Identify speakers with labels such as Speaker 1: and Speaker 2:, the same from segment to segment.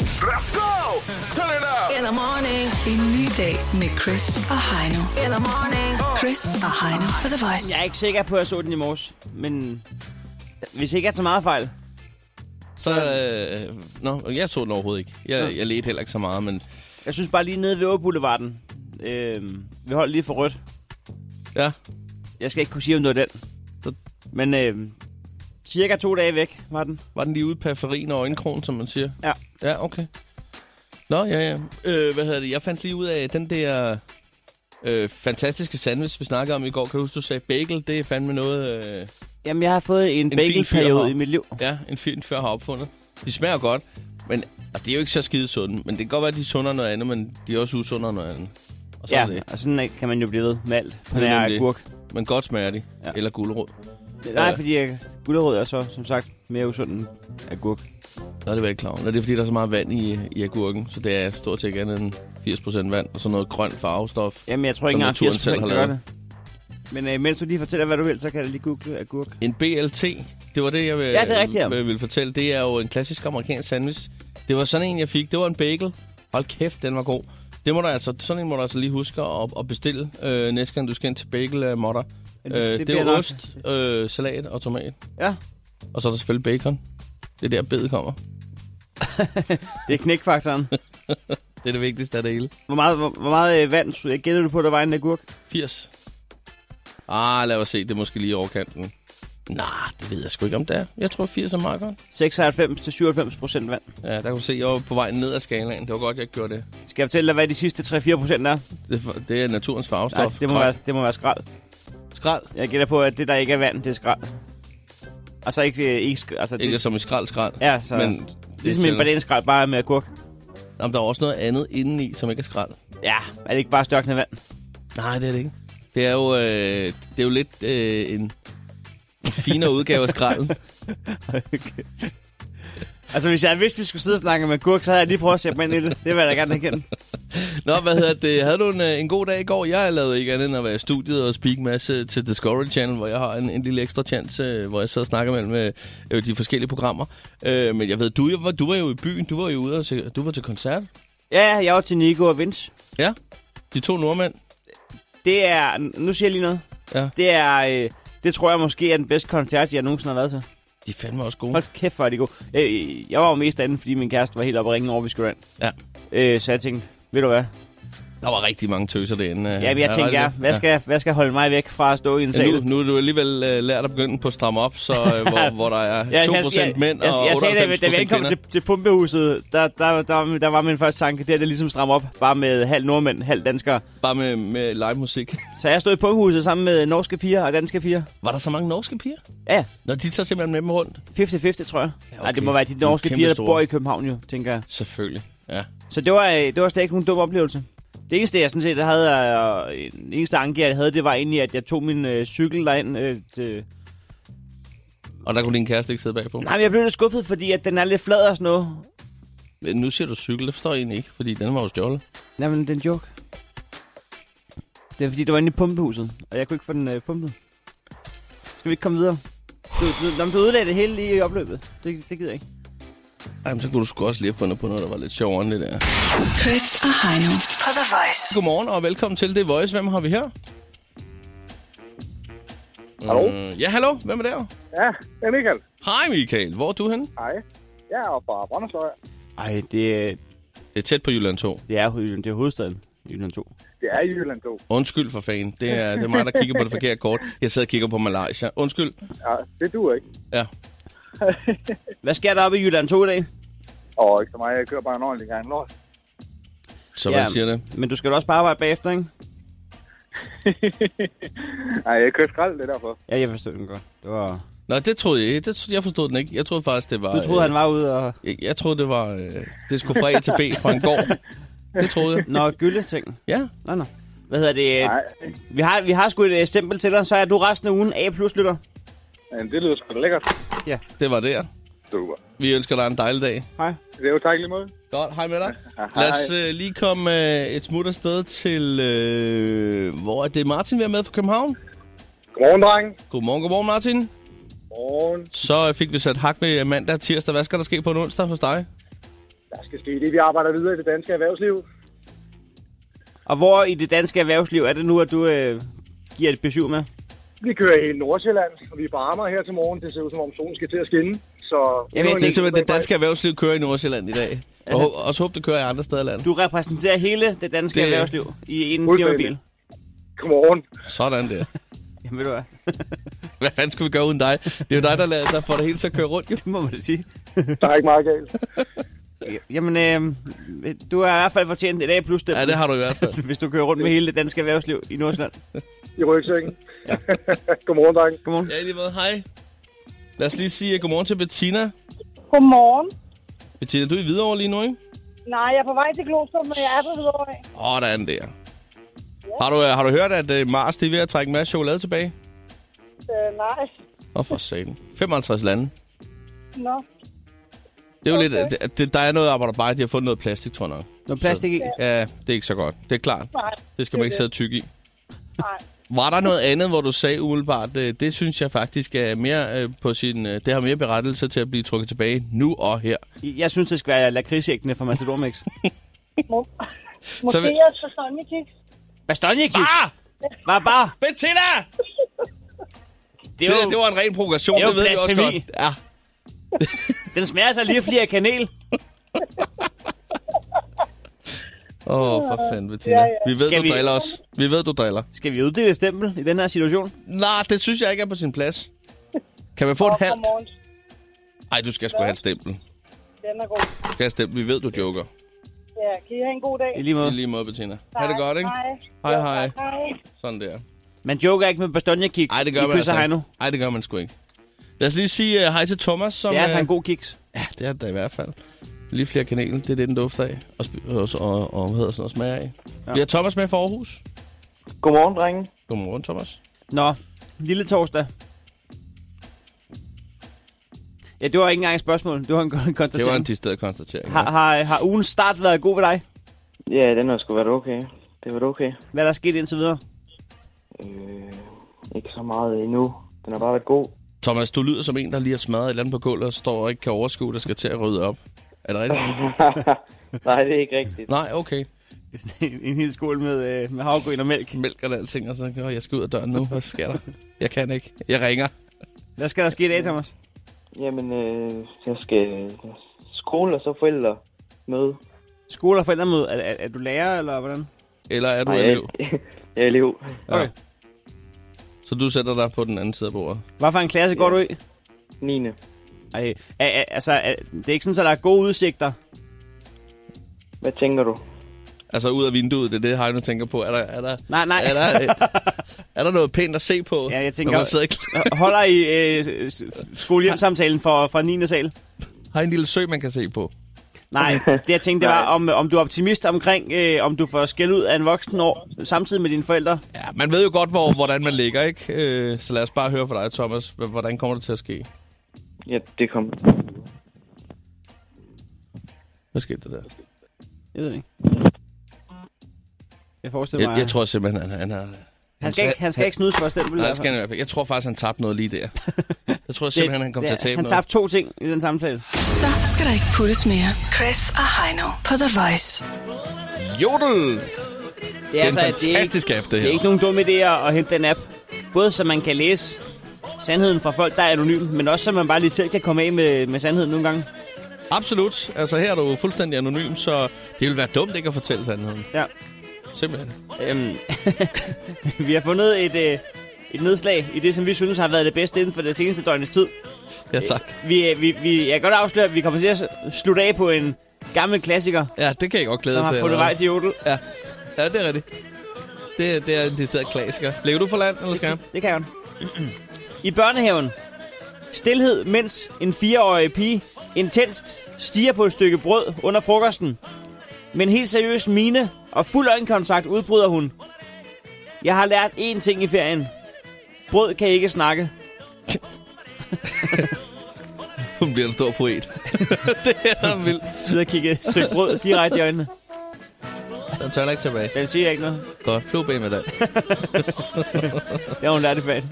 Speaker 1: Let's go! Turn it up!
Speaker 2: In the morning. En ny dag med Chris og Heino. In the morning. Chris og Heino på The Voice.
Speaker 3: Jeg er ikke sikker på, at jeg så den i morges, men hvis ikke jeg tager meget fejl.
Speaker 4: Så, øh, nå, jeg så den overhovedet ikke. Jeg, jeg ledte heller ikke så meget, men
Speaker 3: Jeg synes bare lige nede ved Åboulevarden. Øh, vi holdt lige for rødt.
Speaker 4: ja,
Speaker 3: Jeg skal ikke kunne sige, om det var den.
Speaker 4: Så-
Speaker 3: Men øh, cirka to dage væk var den.
Speaker 4: var den lige ude i periferien og øjenkrogen, som man siger?
Speaker 3: Ja.
Speaker 4: Ja, okay. Nå, ja, ja. Øh, hvad hedder det? Jeg fandt lige ud af den der øh, fantastiske sandwich, vi snakkede om i går. Kan du huske, du sagde bagel? Det er fandme noget, øh,
Speaker 3: Jamen, jeg har fået en,
Speaker 4: fin fyr,
Speaker 3: bagelperiode
Speaker 4: hva'?
Speaker 3: i mit liv.
Speaker 4: ja, en film før har opfundet. De smager godt, men og det er jo ikke så skide sunde. Men det kan godt være, at de er sundere end noget andet, men de er også usundere end noget andet. Og så ja. er
Speaker 3: Ja,
Speaker 4: det.
Speaker 3: og sådan øh, kan man jo blive ved med alt på
Speaker 4: Det er
Speaker 3: nær
Speaker 4: nemlig-
Speaker 3: agurk.
Speaker 4: Men godt smager de.
Speaker 3: Ja.
Speaker 4: Ja. Eller gulerod.
Speaker 3: Nej, fordi øh, gulerod er så, som sagt, mere usund end agurk.
Speaker 4: Nå, det var jeg ikke klar over. Nå, Det er fordi, der er så meget vand i, i agurken, så det er stort set ikke andet end 80% vand og sådan noget grønt farvestof.
Speaker 3: Jamen, jeg tror ikke
Speaker 4: Som
Speaker 3: engang, at
Speaker 4: naturen
Speaker 3: 80
Speaker 4: selv
Speaker 3: kan
Speaker 4: har
Speaker 3: gøre det. Men øh, mens du lige fortæller, hvad du vil, så kan jeg lige google agurk.
Speaker 4: En BLT, det var det, jeg vil,
Speaker 3: Ja, det er rigtigt, ja.
Speaker 4: vil, vil fortælle. Det er jo en klassisk amerikansk sandwich. Det var sådan en, jeg fik. Det var en bagel. Hold kæft, den var god. Det må du altså, sådan en må du altså lige huske at, at bestille, øh, næste gang du skal ind til bagel øh, modder.
Speaker 3: Men
Speaker 4: Øh,
Speaker 3: det- det
Speaker 4: det, det
Speaker 3: bliver
Speaker 4: er
Speaker 3: nok-
Speaker 4: ost, øh, salat og tomat.
Speaker 3: Ja,
Speaker 4: Og så er der selvfølgelig bacon. Det er der bedet kommer.
Speaker 3: det er knækfaktoren.
Speaker 4: Det er det vigtigste af det hele.
Speaker 3: Hvor meget, hvor, hvor meget øh, vand jeg gætter du på, der var i en agurk?
Speaker 4: 80. Ah, lad os se. Det er måske lige over kanten. Nej, det ved jeg sgu ikke, om det er. Jeg tror, 80 er meget godt.
Speaker 3: 96-97 procent vand.
Speaker 4: Ja, der kan du se, jeg var på vej ned ad skalaen. Det var godt, jeg ikke gjorde det.
Speaker 3: Skal jeg fortælle dig, hvad de sidste 3-4 procent er?
Speaker 4: Det, det er naturens farvestof.
Speaker 3: Nej, det må,
Speaker 4: Grøn.
Speaker 3: være, det må være skrald.
Speaker 4: Skrald.
Speaker 3: Jeg gætter på, at det, der ikke er vand, det er skrald. Altså ikke... øh, ikke sk- altså, det,
Speaker 4: Ikke som i skrald, skrald.
Speaker 3: ja, så...
Speaker 4: men
Speaker 3: Men,
Speaker 4: det
Speaker 3: ligesom en
Speaker 4: tæller.
Speaker 3: bananskrald, bare med agurk.
Speaker 4: Jamen, der er også noget andet indeni, som ikke er skrald.
Speaker 3: Ja, er det ikke bare størkende vand?
Speaker 4: Nej, det er det ikke. Det er jo, øh, det er jo lidt øh, en en finere udgave af skralden.
Speaker 3: Altså, hvis jeg vidste, vi skulle sidde og snakke med agurk, så havde jeg lige prøvet at sætte mig ind i det. Det vil jeg da gerne erkende.
Speaker 4: Nå, hvad hedder det? Havde du en, øh, en god dag i går? Jeg lavede ikke andet end at være i studiet og speak en masse øh, til Discovery Channel, hvor jeg har en, en lille ekstra chance, øh, hvor jeg sidder og snakker mellem øh, de forskellige programmer. Øh, men jeg ved, du, jeg, var- du var jo i byen, du var jo ude og se, du var til koncert.
Speaker 3: Ja, ja, jeg var til Nico og Vince.
Speaker 4: Ja, de to nordmænd.
Speaker 3: Det er... Nu siger jeg lige noget.
Speaker 4: Ja.
Speaker 3: Det er... Øh, det tror jeg måske er den bedste koncert, jeg nogensinde har været til.
Speaker 4: De er fandme også gode.
Speaker 3: Hold kæft, hvor er de gode. Øh, jeg var jo mest derinde, fordi min kæreste var helt oppe og ringe over, vi skulle ind.
Speaker 4: Ja.
Speaker 3: Øh, så jeg tænkte, ved du hvad?
Speaker 4: Der var rigtig mange tøser derinde. øh.
Speaker 3: Ja, men jeg tænkte,
Speaker 4: var
Speaker 3: ja,
Speaker 4: det det?
Speaker 3: hvad, skal, hvad skal holde mig væk fra at stå i en
Speaker 4: Ja,
Speaker 3: sal?
Speaker 4: nu, nu er du alligevel øh, lært at begynde på at stramme op, så, øh, hvor, hvor der er 2%
Speaker 3: Ja,
Speaker 4: mænd
Speaker 3: jeg,
Speaker 4: og
Speaker 3: jeg, jeg sagde, da,
Speaker 4: 98%
Speaker 3: da vi ankom
Speaker 4: kvinder.
Speaker 3: til, til pumpehuset, der, der, der, der var min første tanke, det er det ligesom stramme op, bare med halv nordmænd, halv danskere.
Speaker 4: Bare med, med live musik.
Speaker 3: Så jeg stod i pumpehuset sammen med norske piger og danske piger.
Speaker 4: Var der så mange norske piger?
Speaker 3: Ja,
Speaker 4: Nå, de tager simpelthen med dem rundt.
Speaker 3: 50-50, tror jeg. Ja, okay.
Speaker 4: okay.
Speaker 3: Ej, det må være de
Speaker 4: De er
Speaker 3: norske
Speaker 4: kæmpe
Speaker 3: piger, der
Speaker 4: store.
Speaker 3: bor i København jo, tænker jeg.
Speaker 4: Selvfølgelig, ja.
Speaker 3: Så det var, øh, det var slet ikke nogen dum oplevelse. Det eneste, jeg sådan set havde, øh, en eneste anke, jeg havde, det var egentlig, at jeg tog min øh, cykel derind. Øh, det...
Speaker 4: Og der kunne din kæreste ikke sidde bagpå?
Speaker 3: Nej, men jeg blev lidt skuffet, fordi at den er lidt flad og sådan noget.
Speaker 4: Men Nu siger du cykel, det forstår jeg egentlig ikke, fordi den var jo stjålet.
Speaker 3: Jamen, det er en joke. Det er fordi, det var inde i pumpehuset, og jeg kunne ikke få den øh, pumpet. Skal vi ikke komme videre? Du, du, når du ødelagde det hele lige i opløbet. Det, det gider jeg ikke.
Speaker 4: Jamen, så kunne du sgu også lige have fundet på noget, der var lidt sjovere end det der.
Speaker 2: Chris og Heino på The Voice.
Speaker 4: Godmorgen og velkommen til det Voice. Hvem har vi her?
Speaker 5: Hallo?
Speaker 4: Øh, ja, hallo. Hvem er der?
Speaker 5: Ja, det er Michael.
Speaker 4: Hej Michael. Hvor er du henne?
Speaker 5: Hej. Jeg er fra Brøndersløg.
Speaker 3: Ej, det,
Speaker 4: Det er tæt på Jylland 2.
Speaker 3: det, er, det er hovedstaden. Jylland 2.
Speaker 5: Det er i Jylland, du.
Speaker 4: Undskyld for fanden. Det er, det er mig, der kigger på det forkerte kort. Jeg sidder og kigger på Malaysia. Undskyld.
Speaker 5: Ja, det duer ikke.
Speaker 4: Ja.
Speaker 3: Hvad sker der oppe i Jylland 2 i dag?
Speaker 5: Og ikke så meget. Jeg kører bare en ordentlig gang lort.
Speaker 4: Så hvad siger det?
Speaker 3: Men du skal da også bare arbejde bagefter, ikke?
Speaker 5: Nej, jeg kører skrald, det er derfor.
Speaker 3: Ja, jeg forstod den godt. Det var...
Speaker 4: Nå, det troede jeg ikke. Det, jeg forstod den ikke. Jeg troede faktisk, det var...
Speaker 3: Du troede, han var ude og...
Speaker 4: Jeg, jeg troede, det var... Øh, det skulle fra A til B fra en gård. Det troede jeg.
Speaker 3: Nå, gylde ting.
Speaker 4: Ja.
Speaker 3: Nå, nå. Hvad hedder det?
Speaker 5: Nej,
Speaker 3: Vi har, vi har sgu et øh, stempel til dig, så er du resten af ugen A+, lytter.
Speaker 5: men det lyder sgu da lækkert.
Speaker 4: Det var der.
Speaker 5: Super.
Speaker 4: Vi ønsker dig en dejlig dag.
Speaker 3: Hej.
Speaker 5: Det er jo tak i lige måde.
Speaker 4: Godt, hej med dig.
Speaker 5: Hej.
Speaker 4: Lad os øh, lige komme øh, et smut afsted til... Øh, hvor er det Martin, vi er med fra København?
Speaker 5: Godmorgen, dreng.
Speaker 4: Godmorgen, godmorgen Martin.
Speaker 5: Godmorgen.
Speaker 4: Så øh, fik vi sat hak ved mandag og tirsdag. Hvad skal der ske på en onsdag hos dig?
Speaker 5: Der skal ske det. Vi arbejder videre i det danske erhvervsliv.
Speaker 3: Og hvor i det danske erhvervsliv er det nu, at du øh, giver et besøg med?
Speaker 5: Vi kører i hele Nordsjælland, og vi er på Amager her til morgen. Det ser ud som om solen skal til at skinne. Så
Speaker 3: Jamen, jeg
Speaker 4: Det er simpelthen, det danske erhvervsliv kører i Nordsjælland i dag. Og hå- også håber, det kører i andre steder i landet.
Speaker 3: Du repræsenterer hele det danske
Speaker 4: Det-
Speaker 3: det... erhvervsliv i en
Speaker 5: Fuldstændig.
Speaker 3: firmabil.
Speaker 5: Godmorgen.
Speaker 4: Sådan der.
Speaker 3: Jamen ved du hvad,
Speaker 4: Hvad fanden skulle vi gøre uden dig? Det er jo dig, der, lader, der får det hele til at køre rundt. Jo.
Speaker 3: det må man da sige.
Speaker 5: Der er ikke meget galt.
Speaker 3: Jamen, øh, du har i hvert fald fortjent et A plus
Speaker 4: Ja, det har du i hvert fald.
Speaker 3: hvis du kører rundt med hele det danske erhvervsliv i Nordsjælland.
Speaker 5: I rygsækken. Godmorgen, dreng.
Speaker 3: Godmorgen.
Speaker 4: Ja, i lige måde. Hej. Lad os lige sige øh, godmorgen til Bettina.
Speaker 6: Godmorgen.
Speaker 4: Bettina, du er i Hvidovre lige nu, ikke?
Speaker 6: Nej, jeg er på vej til Glostrup, men jeg er på Hvidovre.
Speaker 4: Åh, der er den der. Har du, øh, har du hørt, at øh, Mars det er ved at trække en masse chokolade tilbage?
Speaker 6: Øh, nej.
Speaker 4: Åh, for satan. 55 lande.
Speaker 6: Nå.
Speaker 4: Det er jo
Speaker 6: Okay.
Speaker 4: lidt... Det, det, der er noget arbejde bare, at de har fundet noget plastik, tror jeg nok.
Speaker 3: Når plastik ikke...
Speaker 4: Ja, det er ikke så godt. Det er klart.
Speaker 6: Nej.
Speaker 4: Det skal man ikke sidde og tykke i.
Speaker 6: Nej.
Speaker 4: Var der noget andet, hvor du sagde umiddelbart, øh, det synes jeg faktisk er mere øh, på sin... øh, Det har mere berettelse til at blive trukket tilbage nu og her.
Speaker 3: Jeg synes, det skal være lakridsægtene fra Matador Mix.
Speaker 6: Må, måske
Speaker 4: vi-
Speaker 6: jeg skal sådan i kiks.
Speaker 3: Bastonjekiks!
Speaker 4: Ah!
Speaker 3: Bare bare!
Speaker 4: Bettina!
Speaker 3: Det
Speaker 4: Det,
Speaker 3: er
Speaker 4: der,
Speaker 3: jo,
Speaker 4: det var en ren provokation,
Speaker 3: det er
Speaker 4: det,
Speaker 3: jo
Speaker 4: ved jeg også
Speaker 3: blasfemi.
Speaker 4: godt. Ja.
Speaker 3: Den smager sig lige fordi af kanel.
Speaker 4: Åh, oh, for fanden, Bettina.
Speaker 6: Ja, ja.
Speaker 4: Vi ved,
Speaker 3: Skal
Speaker 4: du
Speaker 3: vi-
Speaker 4: driller os. Vi ved, du driller.
Speaker 3: Skal vi uddele et stempel i den her situation?
Speaker 4: Nej, det synes jeg ikke er på sin plads. Kan man få et halvt?
Speaker 6: Godmorgen.
Speaker 4: Nej, du skal sgu have et stempel. Du
Speaker 6: Den er god.
Speaker 4: skal have et stempel. Vi ved, du joker.
Speaker 6: Ja, kan I have en god dag?
Speaker 3: I lige
Speaker 4: I
Speaker 3: måde.
Speaker 4: lige måde, Bettina. Ha' det godt, ikke?
Speaker 6: Hej.
Speaker 4: Hej, hej.
Speaker 6: Hej.
Speaker 4: Sådan der.
Speaker 3: Man joker ikke med bastonjekiks.
Speaker 4: Nej, det gør
Speaker 3: I
Speaker 4: man
Speaker 3: kysser
Speaker 4: altså
Speaker 3: Heino.
Speaker 4: ikke. Nej, det gør man sgu ikke. Lad os lige sige uh, hej til Thomas, som...
Speaker 3: Det er altså
Speaker 4: øh,
Speaker 3: en god kiks.
Speaker 4: Ja, det er det da i hvert fald. Lige flere kanel, det er det, den dufter af. Og, sp- og, og, og hvad hedder sådan noget, smager af. Ja. Vi har Thomas med fra Aarhus.
Speaker 7: Godmorgen, drenge.
Speaker 4: Godmorgen, Thomas.
Speaker 3: Nå, lille torsdag. Ja, det var ikke engang et spørgsmål. Det var en kon-
Speaker 4: Det var
Speaker 3: konstatering.
Speaker 4: en distilleret konstatering.
Speaker 3: har, har, har ugens start været god ved dig?
Speaker 7: Ja, den har sgu været okay. Det har været okay.
Speaker 3: Hvad der er sket indtil videre?
Speaker 7: Øh, ikke så meget endnu. Den har bare været god.
Speaker 4: Thomas, du lyder som en, der lige har smadret et eller andet på gulvet og står og ikke kan overskue, der skal til at rydde op. Er det rigtigt?
Speaker 7: Nej, det er ikke rigtigt.
Speaker 4: Nej, okay.
Speaker 3: en, en hel skål med, øh, med havgryn og mælk.
Speaker 4: Mælker og alting, og så "Åh, jeg skal ud af døren nu. Hvad sker der? Jeg kan ikke. Jeg ringer.
Speaker 3: Hvad skal der ske i dag, Thomas?
Speaker 7: Jamen, øh, jeg skal øh, skole og så forældre møde.
Speaker 3: Skole og forældremøde. Er, er, er du lærer, eller hvordan?
Speaker 4: Eller er du
Speaker 7: Nej,
Speaker 4: elev?
Speaker 7: jeg, jeg er elev.
Speaker 3: Okay.
Speaker 4: Så du sætter dig på den anden side af bordet.
Speaker 3: Hvad for en klasse går du i?
Speaker 7: 9.
Speaker 3: Ej, er, er, altså, er, det er ikke sådan, at der er gode udsigter.
Speaker 7: Hvad tænker du?
Speaker 4: Altså ud af vinduet, det er det, Heino tænker på. Er der, er der,
Speaker 3: Nej, nej.
Speaker 4: Er der, øh, er der noget pænt at se på?
Speaker 3: Ja, jeg tænker-
Speaker 4: Når man sidder i...
Speaker 3: Holder I øh, s- skolehjemsamtalen fra, fra 9. sal?
Speaker 4: Har I en lille sø, man kan se på.
Speaker 3: Nej, det jeg tænkte det var, om, om du er optimist omkring, øh, om du får skæld ud af en voksen år, samtidig med dine forældre.
Speaker 4: Ja, man ved jo godt, hvor, hvordan man ligger, ikke? Øh, Så lad os bare høre fra dig, Thomas. H- Hvordan kommer det til at ske?
Speaker 7: Ja, det kom.
Speaker 4: Hvad skete der der?
Speaker 3: Jeg ved det ikke. Jeg forestiller mig...
Speaker 4: Jeg, jeg tror simpelthen, han, han har...
Speaker 3: han, skal ikke, han skal ikke snudes for at stempel. i
Speaker 4: Nej, det
Speaker 3: hvert
Speaker 4: skal
Speaker 3: fald.
Speaker 4: han i hvert fald. Jeg tror faktisk, han tabte noget lige der. Jeg tror
Speaker 3: Det-
Speaker 4: simpelthen, han kom
Speaker 3: det-
Speaker 4: til at tabe
Speaker 3: Han
Speaker 4: noget.
Speaker 3: tabte to ting i den samtale.
Speaker 2: Så skal der ikke puttes mere. Chris og Heino på The Voice.
Speaker 4: Jodel!
Speaker 3: altså, Det
Speaker 4: Det er en fantastisk app, det
Speaker 3: Det er
Speaker 4: her.
Speaker 3: ikke nogen dumme idéer at hente den app. Både så man kan læse sandheden fra folk, der er anonyme, men også så man bare lige selv kan komme af med, med sandheden nogle gange.
Speaker 4: Absolut. Altså, her er du fuldstændig anonym, så det ville være dumt ikke at fortælle sandheden.
Speaker 3: Ja.
Speaker 4: Simpelthen.
Speaker 3: Øhm, vi har fundet et, øh, et nedslag i det, som vi synes har været det bedste inden for det seneste døgnes tid.
Speaker 4: Ja, tak.
Speaker 3: Vi, øh, vi, vi, jeg kan godt afsløre, at vi kommer til at s- slutte af på en gammel klassiker,
Speaker 4: Ja, det kan jeg godt glæde
Speaker 3: som
Speaker 4: til.
Speaker 3: har fundet
Speaker 4: allerede.
Speaker 3: vej til Jodel.
Speaker 4: Ja. ja, det er rigtigt. Det, det er en decideret klassiker. Ligger du for land, eller skal jeg?
Speaker 3: Det kan jeg. I børnehaven. Stilhed, mens en fireårig pige intenst stiger på et stykke brød under frokosten. Men helt seriøst mine og fuld øjenkontakt udbryder hun. Jeg har lært én ting i ferien. Brød kan ikke snakke.
Speaker 4: Hun bliver en stor poet. det er vildt.
Speaker 3: Så jeg kigge sødt brød direkte i øjnene.
Speaker 4: Den tør ikke tilbage.
Speaker 3: Den siger ikke noget.
Speaker 4: Godt, flyv med dig.
Speaker 3: Det har hun lært i ferien.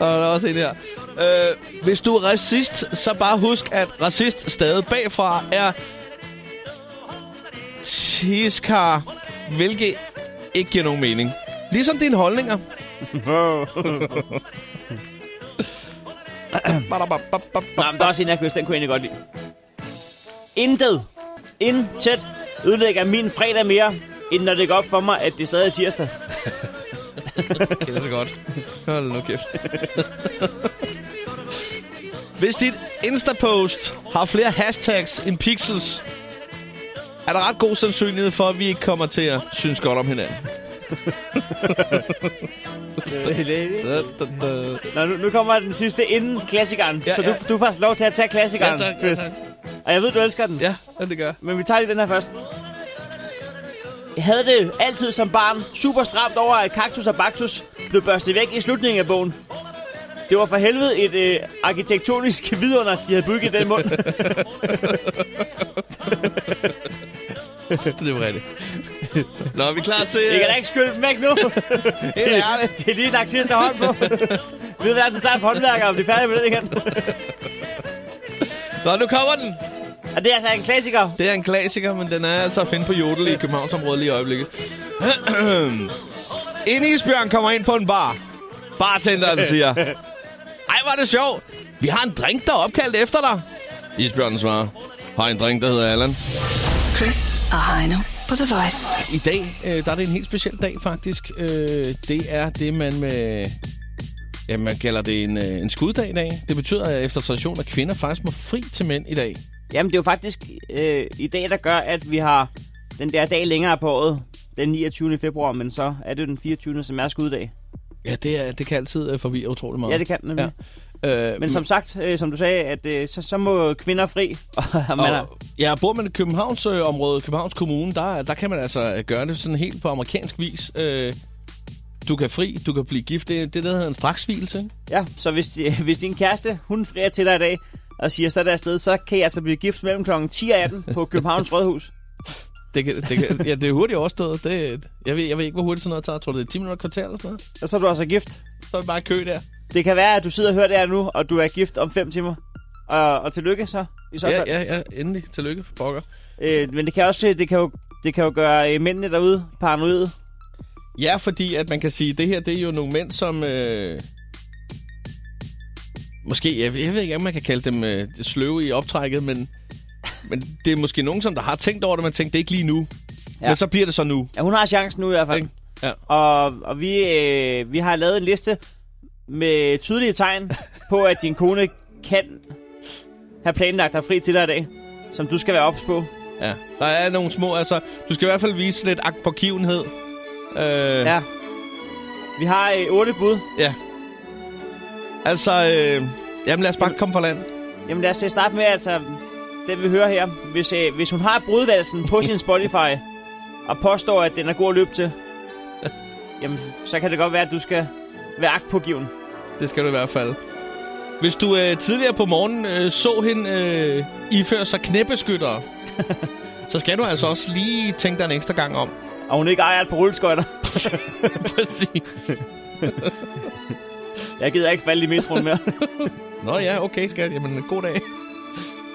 Speaker 4: Og der er også en her. Øh, hvis du er racist, så bare husk, at racist stadig bagfra er tiskar, hvilket ikke giver nogen mening. Ligesom dine holdninger.
Speaker 3: Nej, men der er også en, jeg kan huske. Den kunne jeg egentlig godt lide. Intet, intet ødelægger min fredag mere, end når det går op for mig, at det stadig er tirsdag.
Speaker 4: Kender det godt. Hold nu kæft. Hvis dit Insta-post har flere hashtags end pixels, er der ret god sandsynlighed for, at vi ikke kommer til at synes godt om hinanden. Da, da, da.
Speaker 3: Nå, nu, nu kommer den sidste inden klassikeren,
Speaker 4: Ja,
Speaker 3: ja, så
Speaker 4: ja.
Speaker 3: Du, du får faktisk lov til at tage klassikeren,
Speaker 4: Ja, tak, ja,
Speaker 3: Chris.
Speaker 4: tak.
Speaker 3: Og jeg ved, du elsker den,
Speaker 4: Ja, ja, det gør jeg.
Speaker 3: men vi tager lige den her først. Jeg havde det altid som barn super stramt over, at kaktus og baktus blev børstet væk i slutningen af bogen. Det var for helvede et øh, arkitektonisk vidunder, de havde bygget i den mund.
Speaker 4: Det var rigtigt. Nå, er vi klar til... øh,
Speaker 3: Jeg kan da ikke skylle dem væk nu.
Speaker 4: det er det.
Speaker 3: Det er lige lagt sidste hånd på. Vi ved, hvad det tager for håndværker, om det er færdigt med det igen.
Speaker 4: Nå, nu kommer den.
Speaker 3: Og det er altså en klassiker.
Speaker 4: Det er en klassiker, men den er altså at finde på Jodel i Københavnsområdet lige i øjeblikket. en isbjørn kommer ind på en bar. Bartenderen siger, Ej, var det sjovt. Vi har en drink, der er opkaldt efter dig. Isbjørnen svarer, har en drink, der hedder Allan.
Speaker 2: Chris og Heino på The Voice.
Speaker 4: I dag, øh, der er det en helt speciel dag faktisk. Øh, det er det, man med... Ja, man kalder det en, øh, en skuddag i dag. Det betyder at efter tradition, at kvinder faktisk må fri til mænd i dag.
Speaker 3: Jamen, det er jo faktisk øh, i dag, der gør, at vi har den der dag længere på året. Den 29. februar, men så er det jo den 24. som er skuddag.
Speaker 4: Ja, det, er, det kan altid øh, forvirre utrolig meget.
Speaker 3: Ja, det kan det nemlig.
Speaker 4: Ja. Øh,
Speaker 3: Men som sagt, øh, som du sagde, at øh, så, så må kvinder fri. og man er,
Speaker 4: Og, ja, bor man i Københavns øh, område, Københavns Kommune, der, der kan man altså gøre det sådan helt på amerikansk vis. Øh, du kan fri, du kan blive gift. Det, det der hedder en straksvielse. ikke?
Speaker 3: ja, så hvis, øh, hvis din kæreste, hun frier til dig i dag, og siger, så er der afsted, så kan jeg altså blive gift mellem kl. 10 og 18 på Københavns Rådhus.
Speaker 4: Det, kan, det, kan, ja, det er hurtigt overstået. Det, jeg, ved, jeg ved ikke, hvor hurtigt sådan noget tager. Tror du, det er 10 minutter kvarter eller sådan noget?
Speaker 3: Og så er du altså gift.
Speaker 4: Så er vi bare i kø der.
Speaker 3: Det kan være, at du sidder og hører det her nu, og du er gift om 5 timer. Og, og tillykke så, i så
Speaker 4: Ja,
Speaker 3: fald.
Speaker 4: ja, ja. Endelig. Tillykke for pokker.
Speaker 3: Øh, men det kan, også, det, kan jo, det kan jo gøre øh, mændene derude paranoide.
Speaker 4: Ja, fordi at man kan sige, at det her det er jo nogle mænd, som... Øh, måske, jeg, ved- jeg ved ikke, om man kan kalde dem øh, sløve i optrækket, men, men det er måske nogen, som der har tænkt over det, man tænkte, det er ikke lige nu. Ja.
Speaker 3: Ja.
Speaker 4: Men så bliver det så nu.
Speaker 3: Ja, hun har chancen nu i hvert fald.
Speaker 4: Ikke? Ja.
Speaker 3: Og, og vi, øh, vi har lavet en liste med tydelige tegn på, at din kone kan have planlagt dig fri til dig i dag, som du skal være ops på.
Speaker 4: ja. Der er nogle små, altså... Du skal i hvert fald vise lidt agt på kivenhed. Øh, ja.
Speaker 3: Ja. Vi har øh, otte bud.
Speaker 4: ja. Altså, øh, jamen lad os bare komme fra land.
Speaker 3: Jamen lad os øh, starte med, altså, det vi hører her. Hvis, øh, hvis hun har brudvalsen på sin Spotify, og påstår, at den er god at løbe til, jamen, så kan det godt være, at du skal være agtpågiven.
Speaker 4: Det skal du i hvert fald. Hvis du øh, tidligere på morgenen øh, så hende øh, iføre sig knæbeskyttere, så skal du altså også lige tænke dig en ekstra gang om.
Speaker 3: Og hun ikke ejer alt på rulleskøjter.
Speaker 4: Præcis.
Speaker 3: Jeg gider ikke falde i metroen mere.
Speaker 4: Nå ja, okay skat. Jamen, god dag.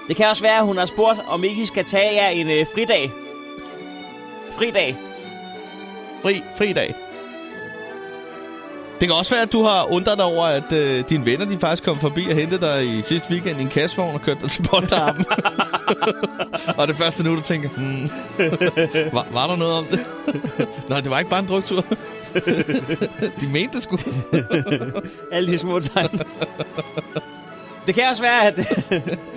Speaker 3: Det kan også være, at hun har spurgt, om ikke I skal tage jer en øh, fridag. Fridag.
Speaker 4: Fri, fri dag. Det kan også være, at du har undret dig over, at øh, dine venner de faktisk kom forbi og hentede dig i sidste weekend i en kassevogn og kørte dig til Bondarmen. og det første nu, du tænker, hmm, var, var der noget om det? Nej, det var ikke bare en druktur. de mente det sgu.
Speaker 3: Alle de små tegn. Det kan også være, at,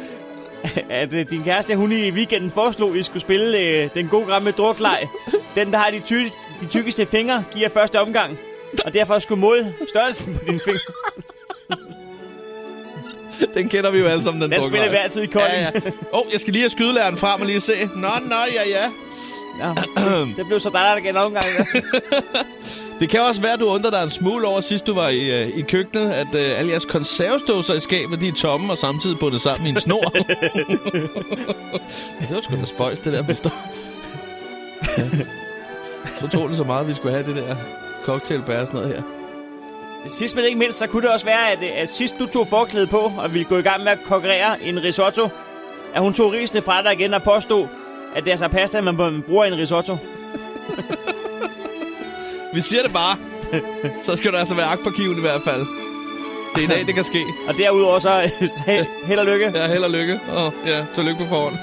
Speaker 3: at øh, din kæreste, hun i weekenden foreslog, at I skulle spille øh, den gode gamle drukleg. Den, der har de, ty- de tykkeste fingre, giver første omgang. Og derfor skulle måle størrelsen på dine fingre.
Speaker 4: Den kender vi jo alle sammen, den,
Speaker 3: Den
Speaker 4: drukleje.
Speaker 3: spiller vi altid i
Speaker 4: Ja,
Speaker 3: Kolding.
Speaker 4: ja. Åh, oh, jeg skal lige have skydelæren frem og lige se. Nå, nå, ja, ja.
Speaker 3: ja. Det blev så dig, der gav en omgang. ja.
Speaker 4: Det kan også være, at du undrer dig en smule over, sidst du var i, øh, i køkkenet, at øh, alle jeres konservesdåser i skabet, de er tomme og samtidig bundet sammen i en snor. det var sgu da spøjs, det der med snor. Ja. Så troede det så meget, at vi skulle have det der cocktailbær og sådan noget her.
Speaker 3: Sidst men ikke mindst, så kunne det også være, at, øh, at sidst du tog forklæde på og ville gå i gang med at konkurrere en risotto, at hun tog risene fra dig igen og påstod, at det er så pasta, man man bruger i en risotto.
Speaker 4: Vi siger det bare. Så skal du altså være agt på kiven i hvert fald. Det er i dag, det kan ske.
Speaker 3: Og derudover så, så he- held og lykke.
Speaker 4: Ja, held og lykke. Og ja, tillykke på forhånd.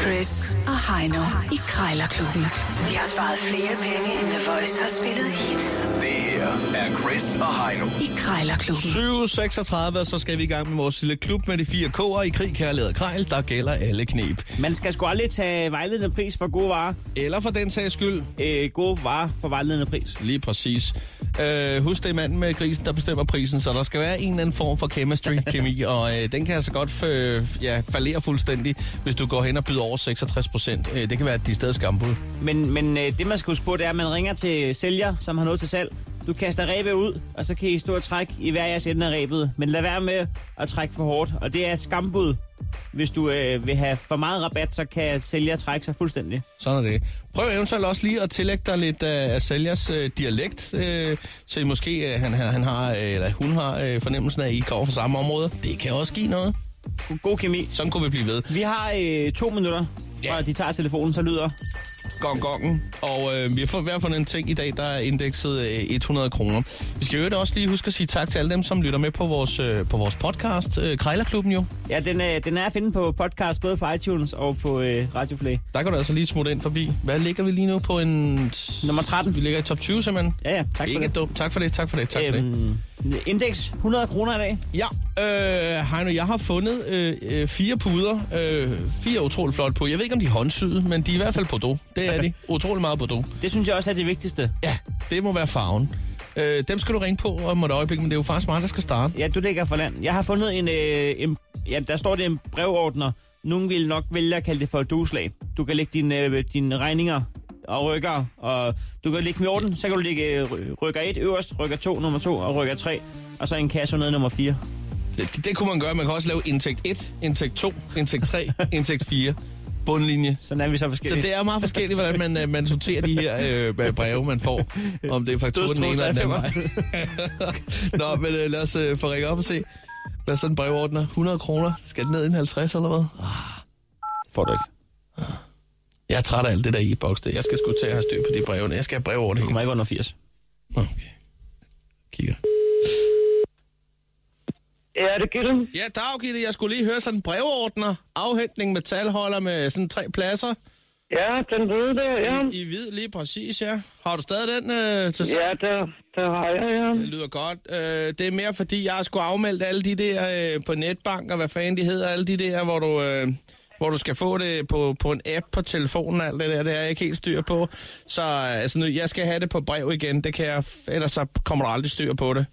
Speaker 2: Chris og Heino i Krejlerklubben. De har sparet flere penge, end The Voice har spillet hits
Speaker 8: Det her er Chris og Heino.
Speaker 2: i Krejlerklubben.
Speaker 4: 7.36, og så skal vi i gang med vores lille klub med de fire K'er i krig, kærlighed og krejl, der gælder alle knep.
Speaker 3: Man skal sgu aldrig tage vejledende pris for gode varer.
Speaker 4: Eller for den sags skyld,
Speaker 3: Øh, gode varer for vejledende pris.
Speaker 4: lige præcis. Øh, husk, det er manden med grisen, der bestemmer prisen, så der skal være en eller anden form for chemistry, kemi, og øh, den kan altså godt øh, ja, faldere fuldstændig, hvis du går hen og byder over 66 procent. Øh, det kan være, at de stadig skambud.
Speaker 3: Men, men øh, det, man skal huske på, det er, at man ringer til sælger, som har noget til salg. Du kaster rebet ud, og så kan I stå og trække i hver jeres ende af rebet. Men lad være med at trække for hårdt, og det er et skambud. Hvis du øh, vil have for meget rabat, så kan sælger trække sig fuldstændig.
Speaker 4: Sådan er det. Prøv eventuelt også lige at tillægge dig lidt af, af sælgers øh, dialekt, øh, så I måske øh, han, han har, øh, eller hun har øh, fornemmelsen af, at I kommer fra samme område. Det kan også give noget.
Speaker 3: God kemi.
Speaker 4: Sådan kunne vi blive ved.
Speaker 3: Vi har øh, to minutter, fra
Speaker 4: Ja.
Speaker 3: de tager telefonen, så lyder...
Speaker 4: Gong gongen. Og øh, vi har fået hver fundet en ting i dag, der er indekset øh, 100 kroner. Vi skal jo øvrigt også lige huske at sige tak til alle dem, som lytter med på vores, øh, på vores podcast, øh, Krejlerklubben jo.
Speaker 3: Ja, den, øh, den er at finde på podcast, både på iTunes og på øh, Radio Play.
Speaker 4: Der kan du altså lige smutte ind forbi. Hvad ligger vi lige nu på en...
Speaker 3: Nummer 13.
Speaker 4: Vi ligger i top 20 simpelthen.
Speaker 3: Ja, ja, tak for
Speaker 4: Ikke
Speaker 3: det.
Speaker 4: dumt. Tak for det, tak for det, tak for det.
Speaker 3: Øhm, Indeks 100 kroner i dag.
Speaker 4: Ja, øh, Heino, jeg har fundet øh, øh, fire puder. Øh, fire utrolig flot på. Jeg ved ikke, om de er håndsyede, men de er i hvert fald Bordeaux. Det er de. utrolig meget Bordeaux.
Speaker 3: Det synes jeg også er det vigtigste.
Speaker 4: Ja, det må være farven. Øh, dem skal du ringe på om et øjeblik, men det er jo faktisk mig, der skal starte.
Speaker 3: Ja, du ligger for land. Jeg har fundet en, øh, en ja, der står det en brevordner. Nogen vil nok vælge at kalde det for et dueslag. Du kan lægge dine, øh, dine regninger og rykker, og du kan lægge dem i orden, så kan du lægge øh, ry- rykker 1 øverst, rykker 2 nummer 2 og rykker 3, og så en kasse ned nummer 4.
Speaker 4: Det, det kunne man gøre. Man kan også lave indtægt 1, indtægt 2, indtægt 3, indtægt 4. Bundlinje.
Speaker 3: Sådan er vi så
Speaker 4: Så
Speaker 3: forskellige.
Speaker 4: det er meget forskelligt, hvordan man, øh, man sorterer de her øh, breve, man får. Om det er fakturen den ene eller den anden vej. Nå, men øh, lad os øh, få ringet op og se. Hvad er sådan en brevordner? 100 kroner? Skal den ned i en 50 eller hvad?
Speaker 3: Får du ikke.
Speaker 4: Jeg er træt af alt det der e-boks. der. Jeg skal sgu til at have styr på de breve. Jeg skal have brev over det
Speaker 3: Du
Speaker 4: hele.
Speaker 3: kommer ikke under 80.
Speaker 4: Okay. Kigger.
Speaker 5: Ja, det giver det.
Speaker 4: Ja, dag, Gitte. Jeg skulle lige høre sådan en brevordner. Afhentning med talholder med sådan tre pladser.
Speaker 5: Ja, den røde der, ja.
Speaker 4: I hvid lige præcis, ja. Har du stadig den øh, til salg?
Speaker 5: Ja, der, der har jeg, ja.
Speaker 4: Det lyder godt. Øh, det er mere, fordi jeg har sgu afmeldt alle de der øh, på netbank, og hvad fanden de hedder, alle de der, hvor du, øh, hvor du skal få det på, på en app på telefonen og alt det der, det har jeg ikke helt styr på. Så øh, altså, nu, jeg skal have det på brev igen, det kan jeg, f- ellers så kommer du aldrig styr på det.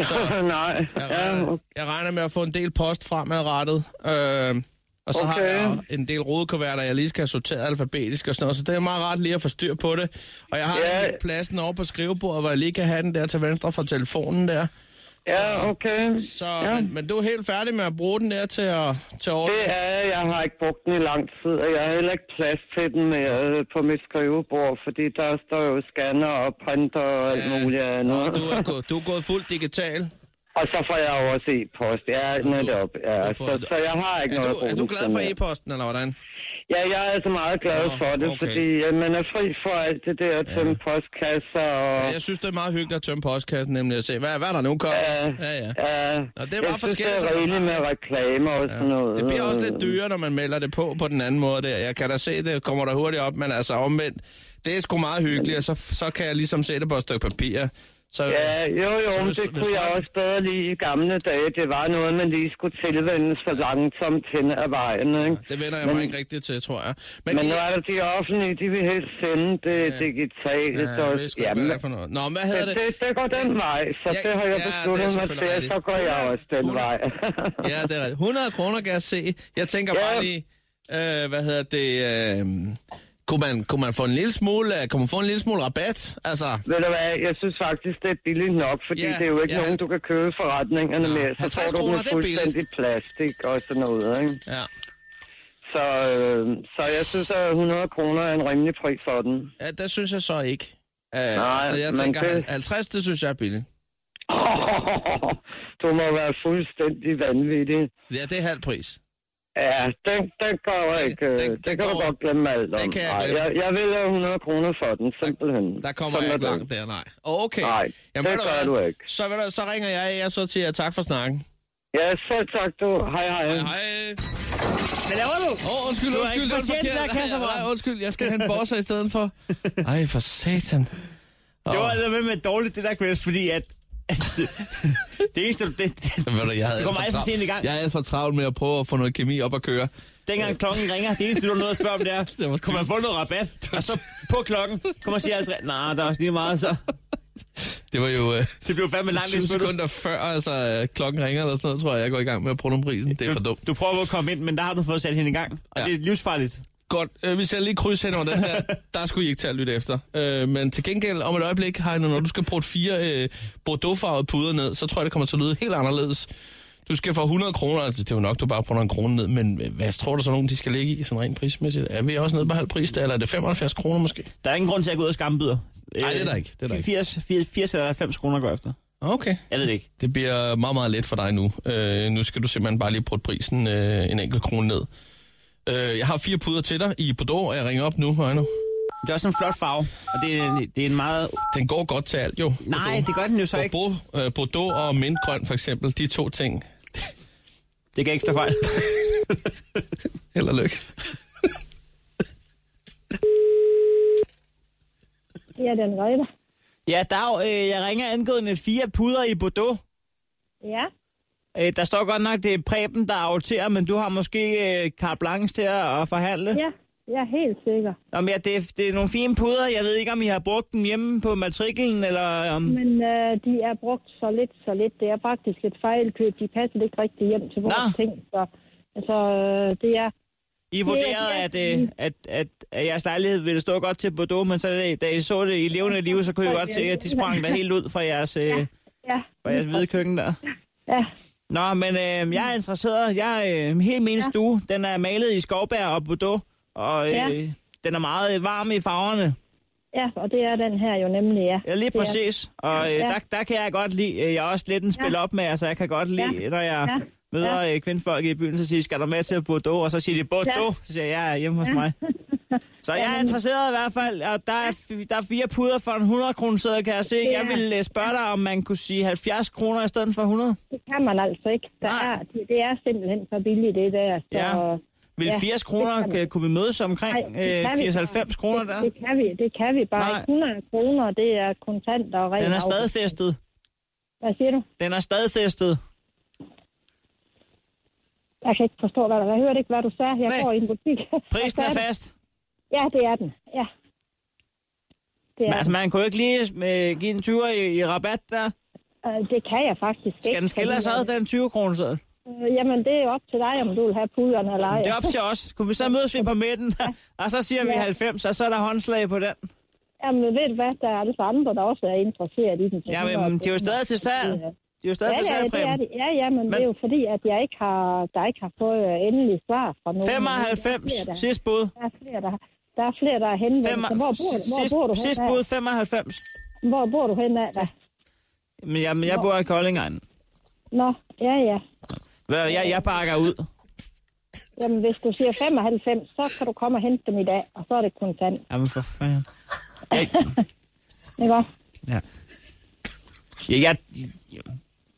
Speaker 4: Så
Speaker 5: Nej,
Speaker 4: jeg
Speaker 5: ja,
Speaker 4: regner, jeg regner med at få en del post fremadrettet. Øh, og så okay. har
Speaker 5: Okay.
Speaker 4: jeg en del rodekuverter, jeg lige skal have sorteret alfabetisk og sådan noget, så det er meget rart lige at få styr på det. Og jeg har
Speaker 5: Ja.
Speaker 4: ja. pladsen over på skrivebordet, hvor jeg lige kan have den der til venstre fra telefonen der.
Speaker 5: ja, okay.
Speaker 4: Så, ja. men, men du er helt færdig med at bruge den der til at, til at ordne?
Speaker 5: Det er, jeg. jeg har ikke brugt den i lang tid, og jeg har heller ikke plads til den øh, på mit skrivebord, fordi der står jo scanner og printer og alt muligt andet.
Speaker 4: Nå, Øh, du, er gået, du er gået fuldt digital.
Speaker 5: Og så får jeg jo også e-post. Ja, netop. Ja.
Speaker 4: du får-
Speaker 5: Så, så jeg har ikke
Speaker 4: Er
Speaker 5: noget
Speaker 4: du, er du glad for e-posten, eller hvordan?
Speaker 5: Ja, jeg er altså meget glad
Speaker 4: Nå,
Speaker 5: for det,
Speaker 4: okay.
Speaker 5: fordi øh, man er fri for alt det der til postkasser og...
Speaker 4: Ja, jeg synes, det er meget hyggeligt at tømme postkassen, nemlig at se, hvad, hvad der nu kommer.
Speaker 5: Ja,
Speaker 4: ja, ja.
Speaker 5: ja.
Speaker 4: Nå, det er meget
Speaker 5: jeg synes,
Speaker 4: forskelligt,
Speaker 5: det
Speaker 4: som
Speaker 5: er
Speaker 4: man
Speaker 5: rigeligt
Speaker 4: har.
Speaker 5: med reklamer og sådan noget.
Speaker 4: Det bliver også lidt dyrere, når man melder det på på den anden måde der. Jeg kan da se, det kommer der hurtigt op, men altså omvendt. Det er sgu meget hyggeligt, og så, så kan jeg ligesom se det på et stykke papir. Så,
Speaker 5: Ja, jo, jo,
Speaker 4: Så
Speaker 5: men
Speaker 4: hvis-
Speaker 5: det
Speaker 4: hvis
Speaker 5: kunne jeg
Speaker 4: strømmen-
Speaker 5: også bedre lige i gamle dage. Det var noget, man lige skulle tilvende så langsomt hen ad vejen, ikke?
Speaker 4: Det vender jeg mig ikke rigtigt til, tror jeg. Men,
Speaker 5: Men nu er der de offentlige, de vil helst sende det digitale.
Speaker 4: ja,
Speaker 5: så,
Speaker 4: jeg ved sgu ikke, hvad det er for noget. Nå, hvad hedder
Speaker 5: det,
Speaker 4: det?
Speaker 5: det, det går den vej, så
Speaker 4: Ja,
Speaker 5: det har jeg
Speaker 4: ja,
Speaker 5: besluttet
Speaker 4: det er
Speaker 5: mig til,
Speaker 4: selvfølgelig
Speaker 5: så går jeg
Speaker 4: rigtigt.
Speaker 5: også den
Speaker 4: 100.
Speaker 5: vej.
Speaker 4: Ja, det er rigtigt. 100 kroner kan jeg se. Jeg tænker
Speaker 5: Ja.
Speaker 4: bare lige, øh, hvad hedder det... Øh, kunne man, kunne man få en lille smule, øh, kunne man få en lille smule rabat? Altså,
Speaker 5: Ved du hvad, jeg synes faktisk, det er billigt nok, fordi
Speaker 4: Ja,
Speaker 5: det er jo ikke
Speaker 4: ja.
Speaker 5: nogen, du kan købe i forretningerne
Speaker 4: Nå,
Speaker 5: mere. Så
Speaker 4: 50
Speaker 5: får du
Speaker 4: kroner,
Speaker 5: med
Speaker 4: det er
Speaker 5: fuldstændig plastik og sådan noget, ikke?
Speaker 4: ja.
Speaker 5: Så, øh, så jeg synes, at 100 kroner er en rimelig pris for den.
Speaker 4: ja, det synes jeg så ikke. Øh, Nej,
Speaker 5: Nej,
Speaker 4: altså, jeg
Speaker 5: men
Speaker 4: tænker,
Speaker 5: det-
Speaker 4: det... 50, det synes jeg er billigt.
Speaker 5: du må være fuldstændig vanvittig.
Speaker 4: Ja, det er halv pris.
Speaker 5: Ja, den, den går
Speaker 4: Den-
Speaker 5: ikke.
Speaker 4: den-
Speaker 5: Den,
Speaker 4: den
Speaker 5: det kan
Speaker 4: går-
Speaker 5: du godt glemme alt om.
Speaker 4: den kan jeg
Speaker 5: Nej,
Speaker 4: glemme.
Speaker 5: jeg, jeg vil have 100 kroner for den, simpelthen.
Speaker 4: Der kommer
Speaker 5: Sådan
Speaker 4: jeg
Speaker 5: er
Speaker 4: ikke
Speaker 5: den.
Speaker 4: langt der, nej. Okay.
Speaker 5: Nej, det
Speaker 4: ved
Speaker 5: gør
Speaker 4: hvad?
Speaker 5: du ikke.
Speaker 4: Så, ved du, så ringer jeg jer så til jer. Tak for snakken.
Speaker 5: Ja, så tak du. Hej, hej. hej, hej.
Speaker 4: Hej.
Speaker 3: Hvad laver du?
Speaker 4: Åh, oh, undskyld,
Speaker 3: Du er
Speaker 4: undskyld.
Speaker 3: ikke
Speaker 4: det var
Speaker 3: patient,
Speaker 4: forkert.
Speaker 3: der er
Speaker 4: nej,
Speaker 3: kasseapparatet.
Speaker 4: nej, undskyld, jeg skal have en borser i stedet for. Ej, for satan.
Speaker 3: Det
Speaker 4: Åh.
Speaker 3: var allerede med, med dårligt, det der quiz, fordi at... at det eneste, du... Det, det,
Speaker 4: Ved du, jeg havde
Speaker 3: Det kommer
Speaker 4: alt
Speaker 3: alt for
Speaker 4: travlt.
Speaker 3: sent i gang.
Speaker 4: Jeg er alt for travlt med at prøve at få noget kemi op at køre.
Speaker 3: dengang klokken ringer, det eneste, du har noget at spørge om, det er,
Speaker 4: var
Speaker 3: kunne man få noget rabat? Og så på klokken kommer og siger altså, nej, der er også lige meget, så
Speaker 4: Det var jo øh,
Speaker 3: det blev fandme langt
Speaker 4: 20
Speaker 3: lidt spillet.
Speaker 4: sekunder før, altså øh, klokken ringer eller sådan noget, tror jeg, jeg går i gang med at prøve om prisen. Det er for dumt.
Speaker 3: Du prøver at komme ind, men der har du fået sat hende i gang, og
Speaker 4: Ja.
Speaker 3: det er livsfarligt.
Speaker 4: Godt, øh, vi sætter lige kryds hen over den her. Der skulle I ikke til at lytte efter. Øh, men til gengæld, om et øjeblik, Heino, når du skal bruge fire øh, bordeauxfarvede puder ned, så tror jeg, det kommer til at lyde helt anderledes. Du skal få 100 kroner, altså det er jo nok, du bare bruger en krone ned, men øh, hvad tror du så nogen, de skal ligge i, sådan rent prismæssigt? Er vi også nede på halv pris, der, eller er det 75 kroner måske?
Speaker 3: Der er ingen grund til at gå ud og Øh, skambyder.
Speaker 4: Nej, det er der ikke, det er der ikke.
Speaker 3: 80, 80, 80 eller 90 kroner går efter.
Speaker 4: Okay.
Speaker 3: Jeg ved det ikke.
Speaker 4: Det bliver meget, meget let for dig nu. Øh, nu skal du simpelthen bare lige putte prisen øh, en enkelt krone ned. Øh, jeg har fire puder til dig i Bordeaux, og jeg ringer op nu, Heino.
Speaker 3: Det er også en flot farve, og det er, det er en meget...
Speaker 4: Den går godt til alt, jo.
Speaker 3: Nej, det gør den jo så ikke.
Speaker 4: Bordeaux, øh, Bordeaux og mintgrøn for eksempel, de to ting.
Speaker 3: Det kan ikke stå fejl.
Speaker 4: Held og lykke.
Speaker 6: Ja, den rette.
Speaker 3: Ja, Dag, øh, jeg ringer angående fire puder i Bordeaux.
Speaker 6: Ja.
Speaker 3: Øh, der står godt nok, det er Preben, der aorterer, men du har måske øh, carte blanche til at, at forhandle.
Speaker 6: Ja, jeg er helt sikker.
Speaker 3: Nå, men ja, det, er- det er nogle fine puder. Jeg ved ikke, om I har brugt dem hjemme på matriklen, eller om...
Speaker 6: Men øh, de er brugt så lidt, så lidt. Det er faktisk lidt fejlkøb. De passer ikke rigtig hjem til vores
Speaker 3: Nå.
Speaker 6: ting. Så altså, øh, det er...
Speaker 3: I vurderede,
Speaker 6: ja,
Speaker 3: at,
Speaker 6: det er
Speaker 3: øh,
Speaker 6: fint.
Speaker 3: at, at, at jeres lejlighed ville stå godt til Bordeaux, men så da, da I så det i levende liv, så kunne I godt se, at de sprang der helt ud fra jeres, øh,
Speaker 6: Ja,
Speaker 3: fra jeres hvide køkken der.
Speaker 6: ja.
Speaker 3: Nå, men øh, jeg er interesseret. Jeg er øh, helt min stue. Den er malet i skovbær og Bordeaux, og øh,
Speaker 6: Ja.
Speaker 3: den er meget øh, varm i farverne.
Speaker 6: Ja, og det er den her jo nemlig, ja.
Speaker 3: Ja, lige
Speaker 6: Det er-
Speaker 3: præcis. Og øh,
Speaker 6: Ja.
Speaker 3: der, der kan jeg godt lide, øh, jeg er også lidt en spil op med, altså jeg kan godt lide,
Speaker 6: Ja.
Speaker 3: når jeg
Speaker 6: Ja.
Speaker 3: møder øh, kvindefolk i byen, så siger de, skal du med til Bordeaux? Og så siger de, Bordeaux? Så siger jeg, jeg er hjemme hos mig. Så jeg er interesseret i hvert fald, og der er, f- der er fire puder for en 100 kroner sæde, kan jeg se. Jeg
Speaker 6: Ja.
Speaker 3: ville øh, spørge dig, om man kunne sige 70 kroner i stedet for 100.
Speaker 6: Det kan man altså ikke. Der
Speaker 3: Nej.
Speaker 6: er, det, det er simpelthen for billigt, det der. Så,
Speaker 3: Ja. Vil
Speaker 6: Ja,
Speaker 3: 80
Speaker 6: det
Speaker 3: kroner,
Speaker 6: kan vi.
Speaker 3: kan- kunne vi mødes
Speaker 6: Nej,
Speaker 3: omkring
Speaker 6: det
Speaker 3: øh,
Speaker 6: kan vi ikke.
Speaker 3: 80-90 kroner der?
Speaker 6: Det kan vi, det kan vi bare.
Speaker 3: Nej.
Speaker 6: Nej. 100 kroner, det er kontanter og rent
Speaker 3: Den er
Speaker 6: afgift.
Speaker 3: stadfæstet.
Speaker 6: Hvad siger du?
Speaker 3: Den er stadfæstet.
Speaker 6: Jeg kan ikke forstå, hvad du... Jeg hørte ikke, hvad du sagde. Jeg
Speaker 3: Nej.
Speaker 6: går i en butik.
Speaker 3: Prisen
Speaker 6: Hvad
Speaker 3: er
Speaker 6: sagde du?
Speaker 3: fast.
Speaker 6: Ja, det er den. Ja. Det,
Speaker 3: Men
Speaker 6: er,
Speaker 3: altså, man kunne jo ikke lige øh, give en 20'er i, i rabat der.
Speaker 6: øh, det kan jeg faktisk ikke.
Speaker 3: Skal den skille os
Speaker 6: fordi,
Speaker 3: ad, den 20 kroner sæde?
Speaker 6: øh, Jamen, det er op til dig, om du vil have puderne eller ej.
Speaker 3: Det er op til os. Kunne vi så mødes vi på midten, og så siger vi
Speaker 6: Ja.
Speaker 3: 90, og så er der håndslag på den.
Speaker 6: Jamen, ved du hvad? Der er altså andre, der også er interesseret i den. til
Speaker 3: Jamen,
Speaker 6: 100
Speaker 3: de er jo stadig til salg.
Speaker 6: kroner.
Speaker 3: De er jo stadig til
Speaker 6: ja,
Speaker 3: salg,
Speaker 6: det er
Speaker 3: Preben.
Speaker 6: det. Ja, ja, men, men, det er jo fordi, at jeg ikke har, der ikke har fået øh, endelig svar fra nogen. Der er
Speaker 3: 95,
Speaker 6: flere,
Speaker 3: sidst bud.
Speaker 6: der, der er flere, der, der er flere, der har henvendt
Speaker 3: Fem,
Speaker 6: sig. Hvor bor, hvor
Speaker 3: sidst,
Speaker 6: bor du
Speaker 3: sidst
Speaker 6: hen
Speaker 3: bud 95.
Speaker 6: af? Hvor bor du hen af? Da?
Speaker 3: Men jeg, men jeg bor i Koldingegnen.
Speaker 6: Nå, ja, ja.
Speaker 3: Hvad, Jeg, jeg bakker ud.
Speaker 6: Jamen, hvis du siger 95, så kan du komme og hente dem i dag, og så er det kontant.
Speaker 3: Jamen, for fanden. Jeg,
Speaker 6: Ikke også?
Speaker 3: ja. jeg, jeg,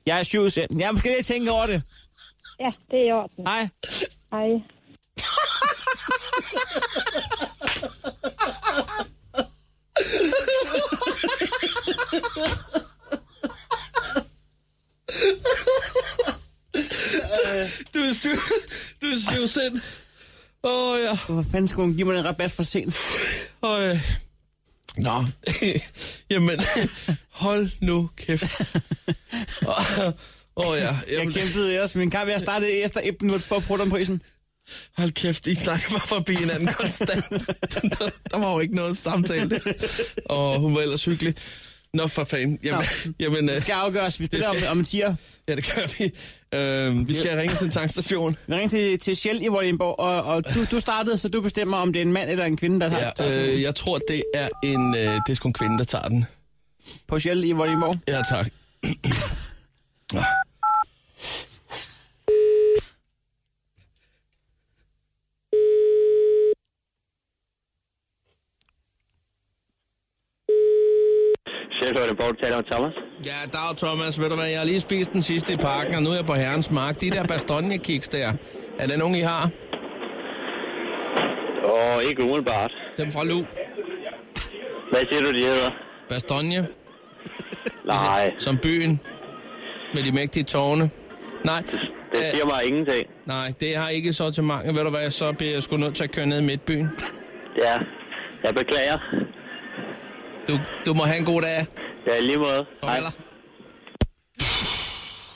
Speaker 3: jeg er syv selv. Jeg måske lige tænke over det.
Speaker 6: Ja, det er i orden.
Speaker 3: Hej.
Speaker 6: Hej.
Speaker 4: Du er syv, du er syv sind. Åh, oh, ja.
Speaker 3: Hvorfor fanden skulle hun give mig en rabat for sent?
Speaker 4: Og, øh. Nå, jamen, hold nu kæft. Åh, oh, ja.
Speaker 3: Jeg
Speaker 4: Jamen,
Speaker 3: kæmpede også min kamp. Jeg startede efter 1 minut på at prøve den prisen.
Speaker 4: hold kæft, I snakker bare forbi hinanden konstant. der, der var jo ikke noget samtale. Og hun var ellers hyggelig. Nå, for fanden. Jamen, jamen øh,
Speaker 3: Det skal afgøres. Vi spiller
Speaker 4: Det skal-
Speaker 3: om, om en tier.
Speaker 4: ja, det gør vi. Øh, vi skal ringe til en tankstation.
Speaker 3: Vi ringer til, til Shell i Vordingborg, og, og du, du startede, så du bestemmer, om det er en mand eller en kvinde, der tager
Speaker 4: Ja, øh, jeg tror, det er en, øh, det er sgu en kvinde, der tager den.
Speaker 3: på Shell i Vordingborg.
Speaker 4: Ja, tak.
Speaker 9: Sjælhørende Borg taler om Thomas.
Speaker 4: Ja, dag Thomas. Ved du hvad, jeg har lige spist den sidste i parken, og nu er jeg på herrens mark. De der bastonjekiks der, er der nogen, I har?
Speaker 9: Åh, ikke umiddelbart.
Speaker 4: Dem fra Lu.
Speaker 9: Hvad siger du, de hedder?
Speaker 4: Bastonje,
Speaker 9: Nej,
Speaker 4: som byen med de mægtige tårne. Nej,
Speaker 9: det
Speaker 4: øh,
Speaker 9: siger mig ingenting.
Speaker 4: nej, det har ikke så til mange. Ved du hvad, så bliver jeg sgu nødt til at køre ned i midtbyen.
Speaker 9: Ja, jeg beklager.
Speaker 4: Du, du må have en god dag.
Speaker 9: Ja, i lige måde. Hej.
Speaker 4: Farvel.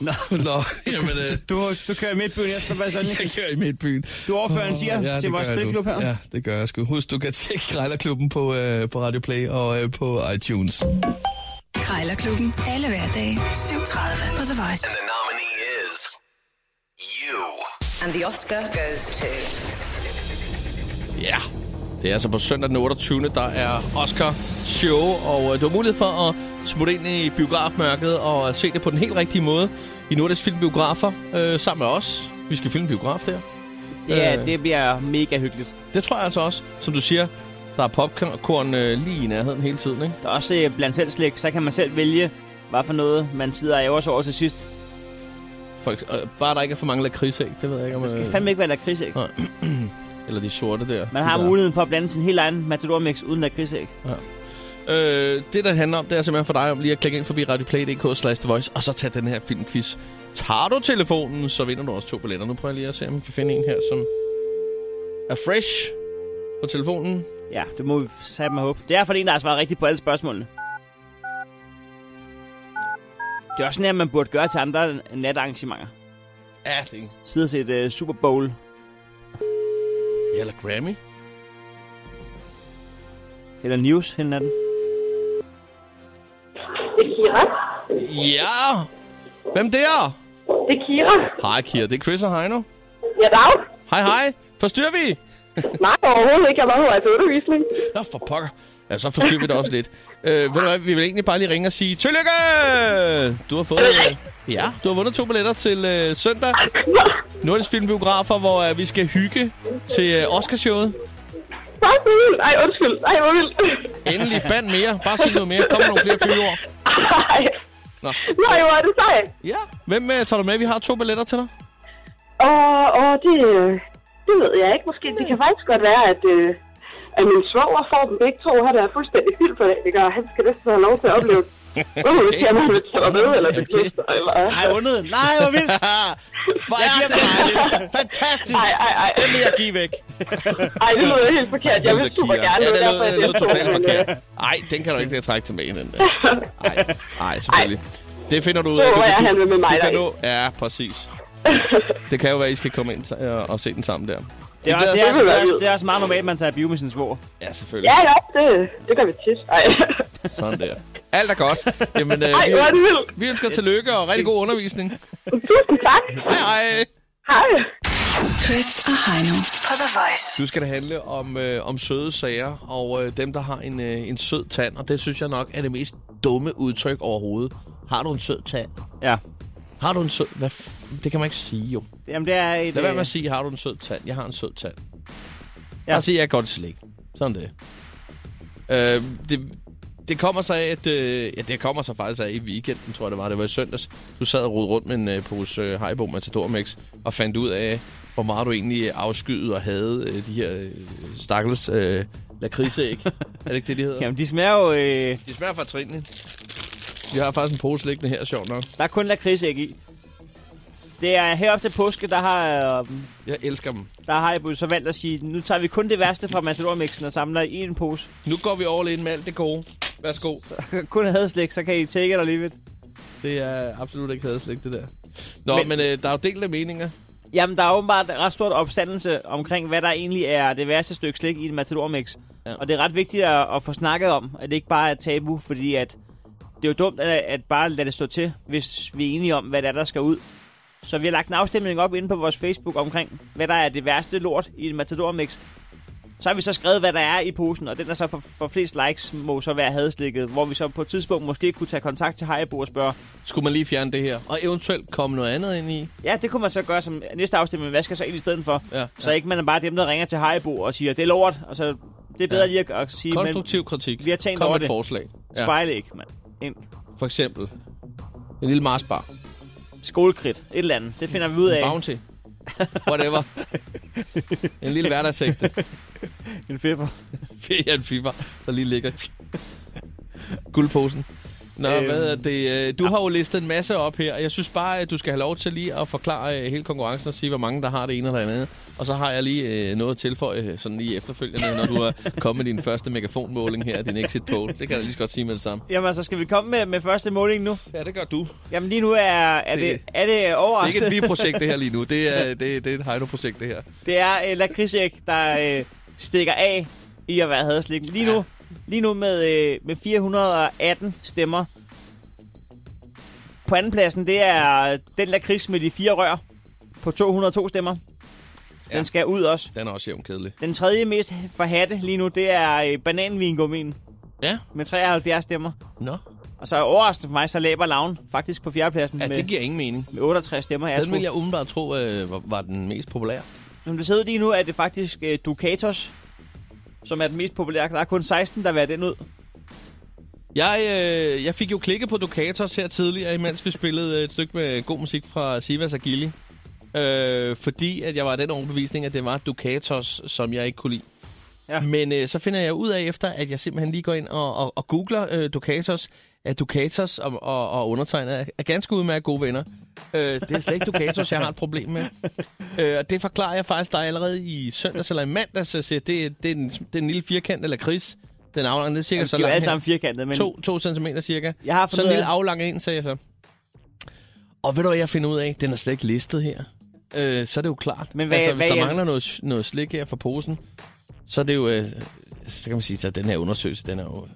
Speaker 4: Nå, nå, jamen, øh,
Speaker 3: Du, du kører i midtbyen efter
Speaker 4: jeg
Speaker 3: Bastogne.
Speaker 4: kører i midtbyen.
Speaker 3: Du er ordføreren siger
Speaker 4: det
Speaker 3: til vores
Speaker 4: gør jeg nu.
Speaker 3: spilklub her.
Speaker 4: Ja, det gør jeg sgu. Husk, du kan tjekke Grejlerklubben på, øh, på Radio Play og øh, på iTunes.
Speaker 2: Krejlerklubben. Alle hverdage 7.30 på The Voice.
Speaker 10: The nominee is you.
Speaker 2: And the Oscar goes to...
Speaker 4: Ja, det er altså på søndag den 28. Der er Oscar show, og øh, du har mulighed for at smutte ind i biografmørket og øh, se det på den helt rigtige måde i Nordisk Filmbiografer øh, sammen med os. Vi skal filme biograf der.
Speaker 3: Ja, det bliver mega hyggeligt.
Speaker 4: Det tror jeg altså også, som du siger, der er popcorn øh, lige i nærheden hele tiden, ikke?
Speaker 3: Der er også øh, blandt selv slik, så kan man selv vælge, hvad for noget man sidder og ærger sig over til sidst.
Speaker 4: For, ekse- øh, bare der ikke er for mange lakridsæg, det ved jeg ikke om...
Speaker 3: Altså, Der skal
Speaker 4: øh,
Speaker 3: fandme ikke være lakridsæg.
Speaker 4: Nej. Eller de sorte der.
Speaker 3: Man har
Speaker 4: de der.
Speaker 3: muligheden for at blande sin helt egen matadormix uden lakridsæg.
Speaker 4: Øh, det, der handler om, det er simpelthen for dig om lige at klikke ind forbi radioplay.dk slash The Voice, og så tage den her filmquiz. Tager du telefonen, så vinder du også to billetter. Nu prøver jeg lige at se, om jeg kan finde en her, som er fresh på telefonen.
Speaker 3: Ja, det må vi sætte mig håbe. Det er for en, der har svaret rigtigt på alle spørgsmålene. Det er også sådan her, man burde gøre til andre natarrangementer.
Speaker 4: Ja, det er en-
Speaker 3: Sidde og se et uh, Super Bowl.
Speaker 4: Ja, eller Grammy.
Speaker 3: Eller news hen ad den.
Speaker 5: Det er Kira.
Speaker 4: Ja! Hvem der?
Speaker 5: Det er Kira.
Speaker 4: Hej, Kira. Det er Chris og Heino.
Speaker 5: Ja, dag.
Speaker 4: Hej, hej. Forstyrrer vi?
Speaker 5: Nej, overhovedet ikke. Jeg var på vej til undervisning.
Speaker 4: Nå, for pokker. Ja, så forstyrrer vi dig også lidt. Øh, ved du hvad, vi vil egentlig bare lige ringe og sige, Tillykke! Du har fået... Øh, ja, du har vundet to billetter til øh, søndag. Nordisk Filmbiografer, hvor øh, vi skal hygge til øh, Oscarshowet.
Speaker 5: Så vildt. Ej, undskyld. Ej, hvor vildt.
Speaker 4: Endelig band mere. Bare sig noget mere. Kom med nogle flere fyldord.
Speaker 5: Ej.
Speaker 4: Nå.
Speaker 5: Nej, hvor er det sejt.
Speaker 4: Ja. Hvem øh, tager du med? Vi har to billetter til dig.
Speaker 5: Og, og det, øh, det ved jeg ikke. Måske det kan faktisk godt være, at, øh, at min svoger får dem begge to. Han er fuldstændig vild på det, ikke? Og han skal næsten have lov til at opleve det. Uh, det kan man vel tage med, eller det knuster, eller...
Speaker 3: Ej, vundet. Nej, hvor vildt.
Speaker 4: Hvor
Speaker 3: Jeg giver den.
Speaker 4: dejligt. Fantastisk.
Speaker 5: Ej, ej, ej.
Speaker 4: Den vil jeg give væk.
Speaker 5: Ej, det lyder helt forkert. Jeg vil super gerne.
Speaker 4: Ja,
Speaker 5: det
Speaker 4: det
Speaker 5: var derfor,
Speaker 4: lød,
Speaker 5: jeg
Speaker 4: lød
Speaker 5: deltog,
Speaker 4: totalt
Speaker 5: men, øh,
Speaker 4: forkert. Ej, den kan du ikke lige trække tilbage, den der. Ej, ej selvfølgelig. Det finder du ud af.
Speaker 5: Så
Speaker 4: Du,
Speaker 5: må jeg
Speaker 4: du,
Speaker 5: handle med mig
Speaker 4: du kan
Speaker 5: deri.
Speaker 4: nå, Ja, præcis. Det kan jo være, I skal komme ind sa- og- og se den sammen der.
Speaker 3: Det er, det, er, det,
Speaker 5: Det
Speaker 3: er,
Speaker 5: vil
Speaker 3: det,
Speaker 5: være
Speaker 3: er,
Speaker 5: vildt.
Speaker 3: det er også meget normalt, at man tager bio med sin svor.
Speaker 4: Ja, selvfølgelig.
Speaker 5: Ja, ja, det, det gør vi tit. Ej,
Speaker 4: Sådan der. Alt er godt. Jamen, øh,
Speaker 5: ej hvor er det
Speaker 4: vi,
Speaker 5: vildt.
Speaker 4: vi ønsker tillykke og rigtig god undervisning.
Speaker 5: Tusind tak.
Speaker 4: Hej, hej.
Speaker 5: Hej.
Speaker 2: Chris og Heino på The Voice.
Speaker 4: Nu skal det handle om, øh, om søde sager, og øh, dem, der har en, øh, en sød tand. Og det synes jeg nok er det mest dumme udtryk overhovedet. Har du en sød tand?
Speaker 3: Ja.
Speaker 4: Har du en sød... Hvad f- det kan man ikke sige, jo.
Speaker 3: Jamen, det er et...
Speaker 4: Lad være
Speaker 3: øh,
Speaker 4: med at sige, har du en sød tand? Jeg har en sød tand. Ja.
Speaker 3: Ja.
Speaker 4: Bare sige, jeg er godt slik. Sådan det. Øh, det. Det kommer sig af, at... Øh, ja, det kommer sig faktisk af i weekenden, tror jeg det var. Det var i søndags. Du sad og rodede rundt med en øh, pose øh, Haribo Matador Mix og fandt ud af, hvor meget du egentlig afskyede og havde øh, de her øh, stakkels øh, lakridsæg. er det ikke det, de hedder?
Speaker 3: Jamen, de smager jo... Øh,
Speaker 4: De smager fra trinene. Vi har faktisk en pose liggende her, sjovt nok.
Speaker 3: der er kun lakridsæg i. Det er herop til påske, der har, øh,
Speaker 4: Jeg elsker dem.
Speaker 3: der har jeg så valgt at sige, nu tager vi kun det værste fra Matadormixen og samler i en pose.
Speaker 4: Nu går vi all in med alt det gode. Værsgo.
Speaker 3: kun havde slik, så kan I take it or leave it.
Speaker 4: Det er absolut ikke hadeslægt, det der. Nå, men,
Speaker 3: Men-
Speaker 4: men øh, der er jo delte meninger.
Speaker 3: Jamen, der er åbenbart ret stort opstandelse omkring, hvad der egentlig er det værste stykke slik i en matadormix.
Speaker 4: Ja.
Speaker 3: Ja. Og det er ret vigtigt at, at få snakket om, at det ikke bare er tabu, fordi at det er jo dumt at, at bare lade det stå til, hvis vi er enige om, hvad det er, der skal ud. Så vi har lagt en afstemning op inde på vores Facebook omkring, hvad der er det værste lort i en matadormix. Så har vi så skrevet, hvad der er i posen, og den, der så får for flest likes, må så være hadeslikket, hvor vi så på et tidspunkt måske kunne tage kontakt til Haribo og spørge,
Speaker 4: skulle man lige fjerne det her? Og eventuelt komme noget andet ind i?
Speaker 3: Ja, det kunne man så gøre som næste afstemning, hvad skal så ind i stedet for?
Speaker 4: Ja,
Speaker 3: så ikke man er bare dem, der ringer til Haribo og siger, det er lort, og så det er bedre
Speaker 4: Ja.
Speaker 3: ja. lige at, at sige,
Speaker 4: Konstruktiv
Speaker 3: men,
Speaker 4: kritik.
Speaker 3: Vi har tænkt
Speaker 4: Kom med
Speaker 3: over
Speaker 4: et
Speaker 3: det.
Speaker 4: forslag. Ja.
Speaker 3: Spejle ikke, mand. En
Speaker 4: For eksempel. En lille marsbar.
Speaker 3: skolekridt, et eller andet. Det finder vi ud af.
Speaker 4: Bounty. Whatever. en lille hverdagsægte.
Speaker 3: En fiffer.
Speaker 4: ja, en fiber, der lige ligger. Guldposen. Nå,
Speaker 11: Øhm.
Speaker 4: øhm. hvad er det? øh, Du har jo listet en masse op her. Jeg synes bare, at du skal have lov til lige at forklare øh, hele konkurrencen og sige, hvor mange der har det ene eller det andet. Og så har jeg lige øh, noget at tilføje øh, sådan lige efterfølgende, når du er kommet med din første megafonmåling her, din exit poll. Det kan jeg lige så godt sige med det samme.
Speaker 3: Jamen, så skal vi komme med, med første måling nu?
Speaker 4: Ja, det gør du.
Speaker 3: Jamen, lige nu er, er,
Speaker 4: Det-
Speaker 3: det, det, er det
Speaker 4: Det er
Speaker 3: overraskende.
Speaker 4: ikke et vi-projekt, det her lige nu. Det er, det, det er et Heino-projekt, det her.
Speaker 3: Det er øh, Lakridsæk, der øh, stikker af i at være hadeslik. Lige nu, lige nu med, øh, med 418 stemmer. På andenpladsen, det er den lakrids med de fire rør på 202 stemmer. Den
Speaker 4: Ja.
Speaker 3: skal ud også.
Speaker 4: Den er også jævnt kedelig.
Speaker 3: Den tredje mest forhatte lige nu, det er øh, bananvingummien
Speaker 4: Ja,
Speaker 3: med 73 stemmer.
Speaker 4: nå.
Speaker 3: Og så overraskende for mig, så laber laven faktisk på fjerdepladsen
Speaker 4: Ja,
Speaker 3: med,
Speaker 4: det giver ingen mening.
Speaker 3: med 68 stemmer.
Speaker 4: Den vil
Speaker 3: sgu-
Speaker 4: jeg umiddelbart tro øh, var, var den mest populære.
Speaker 3: Som det ser ud lige nu, er det faktisk øh, Ducatos, som er den mest populære. Der er kun 16, der vil have den ud.
Speaker 4: Jeg, øh, jeg fik jo klikket på Ducatos her tidligere, imens vi spillede øh, et stykke med god musik fra Sivas Agili. Øh, fordi at jeg var af den overbevisning, at det var Ducatos, som jeg ikke kunne lide.
Speaker 3: Ja.
Speaker 4: Men øh, så finder jeg ud af efter, at jeg simpelthen lige går ind og, og, og googler øh, Ducatos, at Ducatos og, og, og undertegnet er, er ganske udmærket gode venner. Øh, det er slet ikke Ducatos, jeg har et problem med. Øh, og det forklarer jeg faktisk dig allerede i søndags eller i mandags. Så siger, jeg, det, er- det, er en, det er en lille firkant eller kris. Den aflanger, det er cirka
Speaker 3: Jamen,
Speaker 4: så
Speaker 3: de er jo
Speaker 4: langt
Speaker 3: alle
Speaker 4: her.
Speaker 3: sammen firkantede, men
Speaker 4: To, to centimeter cirka.
Speaker 3: Jeg har fundet
Speaker 4: Sådan en lille
Speaker 3: ud af-
Speaker 4: aflang en, sagde jeg så. Og ved du, hvad jeg finder ud af? Den er slet ikke listet her. Øh, så er det jo klart.
Speaker 3: Men hvad-
Speaker 4: altså, hvis
Speaker 3: hvad
Speaker 4: der
Speaker 3: er-
Speaker 4: mangler noget, noget slik her fra posen, så er det jo... Øh, så kan man sige, at den her undersøgelse, den er jo... Den,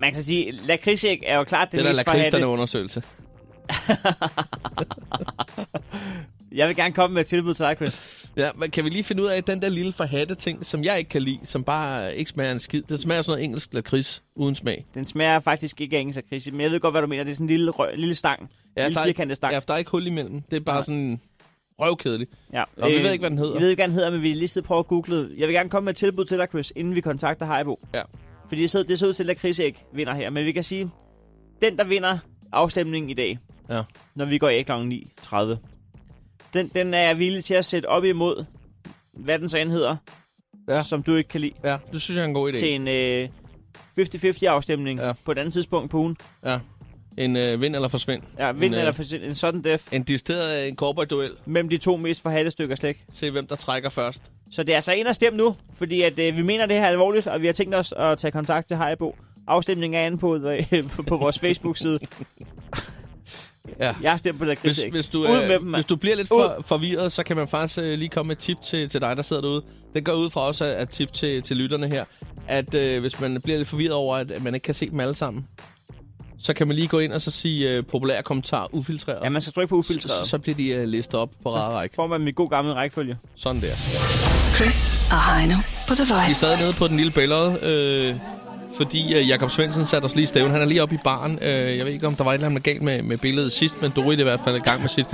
Speaker 3: man kan sige, lakridsæk er jo klart den,
Speaker 4: den er
Speaker 3: mest forhatte.
Speaker 4: lakristerne undersøgelse.
Speaker 3: Jeg vil gerne komme med et tilbud til dig, Chris.
Speaker 4: Ja, men kan vi lige finde ud af den der lille forhatte ting, som jeg ikke kan lide, som bare ikke smager af en skid. Det smager af sådan noget engelsk lakrids uden smag.
Speaker 3: Den smager faktisk ikke af engelsk lakrids, men jeg ved godt, hvad du mener. Det er sådan en lille, rø- lille stang. Ja, lille
Speaker 4: der er
Speaker 3: firkantet
Speaker 4: ikke,
Speaker 3: stang.
Speaker 4: ja, der er ikke hul imellem. Det er bare
Speaker 3: Nej.
Speaker 4: sådan røvkedeligt.
Speaker 3: Ja. Øh,
Speaker 4: Og vi ved ikke, hvad den hedder.
Speaker 3: Vi ved ikke, hvad den hedder, men vi lige sidder prøve at google. Jeg vil gerne komme med et tilbud til dig, Chris, inden vi kontakter Haribo.
Speaker 4: Ja.
Speaker 3: Fordi det ser, det ser ud til, at lakridsæk vinder her. Men vi kan sige, den, der vinder afstemningen i dag,
Speaker 4: Ja.
Speaker 3: når vi går af kl. 9.30. Den, den er jeg villig til at sætte op imod, hvad den så end hedder,
Speaker 4: Ja.
Speaker 3: som du ikke kan lide,
Speaker 4: ja, det synes jeg er en god idé.
Speaker 3: til en øh, 50-50-afstemning
Speaker 4: Ja.
Speaker 3: ja. på et andet tidspunkt på ugen.
Speaker 4: Ja. En øh, vind eller forsvind.
Speaker 3: Ja,
Speaker 4: En,
Speaker 3: vind
Speaker 4: øh,
Speaker 3: eller for, en sådan def
Speaker 4: En distilleret øh, en cowboy-duel.
Speaker 3: mellem de to mest forhatte stykker slik.
Speaker 4: Se, hvem der trækker først.
Speaker 3: Så det er altså ind og stem nu, fordi at, øh, vi mener det her er alvorligt, og vi har tænkt os at tage kontakt til Haribo. Afstemningen er inde på, øh, på- på vores Facebook-side.
Speaker 4: Ja.
Speaker 3: Jeg har stemt på det
Speaker 4: Hvis,
Speaker 3: kritik.
Speaker 4: hvis, du,
Speaker 3: Ud
Speaker 4: øh,
Speaker 3: med dem, mand.
Speaker 4: hvis du bliver lidt for, forvirret, så kan man faktisk øh, lige komme med et tip til, til dig, der sidder derude. Det går ud fra os at, at tip til, til lytterne her, at øh, hvis man bliver lidt forvirret over, at, at man ikke kan se dem alle sammen, så kan man lige gå ind og så sige øh, populær kommentar ufiltreret.
Speaker 3: Ja, man skal trykke på
Speaker 4: så,
Speaker 3: ufiltreret.
Speaker 4: så bliver de øh, listet op på rad række.
Speaker 3: får man med god gammel rækkefølge.
Speaker 4: Sådan der.
Speaker 2: Chris og Heino på The
Speaker 4: Vi
Speaker 2: Voice.
Speaker 4: sad nede på den lille billede, øh, fordi øh, Jakob Svendsen satte os lige i stævn. Han er lige oppe i baren. Øh, jeg ved ikke, om der var et eller andet galt med, med billedet sidst, men Dorit er i hvert fald i gang med sit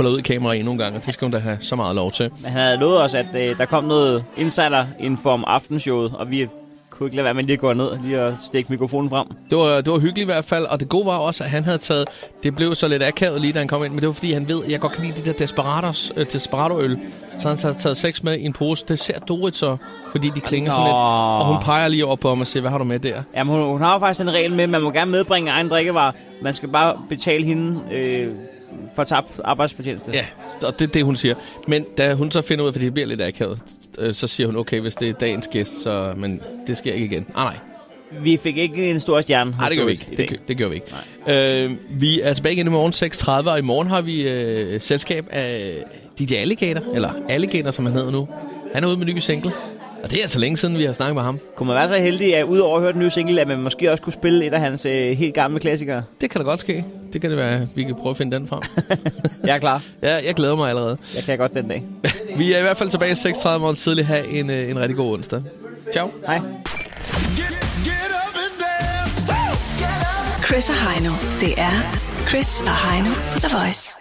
Speaker 4: ud kamera endnu en gang, og det skal hun da have så meget lov til.
Speaker 3: Men han havde lovet os, at øh, der kom noget insider-info om aftenshowet, og vi kunne ikke lade være med lige at gå ned lige at stikke mikrofonen frem.
Speaker 4: Det var, det var hyggeligt i hvert fald, og det gode var også, at han havde taget... Det blev så lidt akavet lige, da han kom ind, men det var, fordi han ved, at jeg godt kan lide de der Desperados, øh, Desperado-øl. Så han har taget seks med i en pose. Det ser Dorit så, fordi de klinger sådan lidt.
Speaker 3: Nå.
Speaker 4: Og hun peger lige over på ham og siger, hvad har du med der?
Speaker 3: Jamen, hun, hun har jo faktisk en regel med, at man må gerne medbringe egen drikkevarer. Man skal bare betale hende øh, for tabt arbejdsfortjeneste.
Speaker 4: Ja, og det er det, hun siger. Men da hun så finder ud af, fordi det bliver lidt akavet, øh, så siger hun, okay, hvis det er dagens gæst, så, men det sker ikke igen. Ah, nej,
Speaker 3: Vi fik ikke en stor stjerne.
Speaker 4: nej, det gør vi ikke. Det, gør- det gør vi ikke. Øh, vi er tilbage igen i morgen 6.30, og i morgen har vi øh, selskab af DJ Alligator, eller Alligator, som han hedder nu. Han er ude med en ny single, og det er altså længe siden, vi har snakket med ham.
Speaker 3: Kunne man være så heldig, at udover at høre den nye single, at man måske også kunne spille et af hans øh, helt gamle klassikere?
Speaker 4: Det kan da godt ske. Det kan det være, vi kan prøve at finde den frem.
Speaker 3: Jeg er klar.
Speaker 4: ja, jeg glæder mig allerede.
Speaker 3: Jeg kan godt den dag.
Speaker 4: Vi er i hvert fald tilbage 6.30 morgen tidligt. Ha' en, øh, en rigtig god onsdag. Ciao. Hej.
Speaker 2: Chris og Heino. Det er Chris og Heino på The Voice.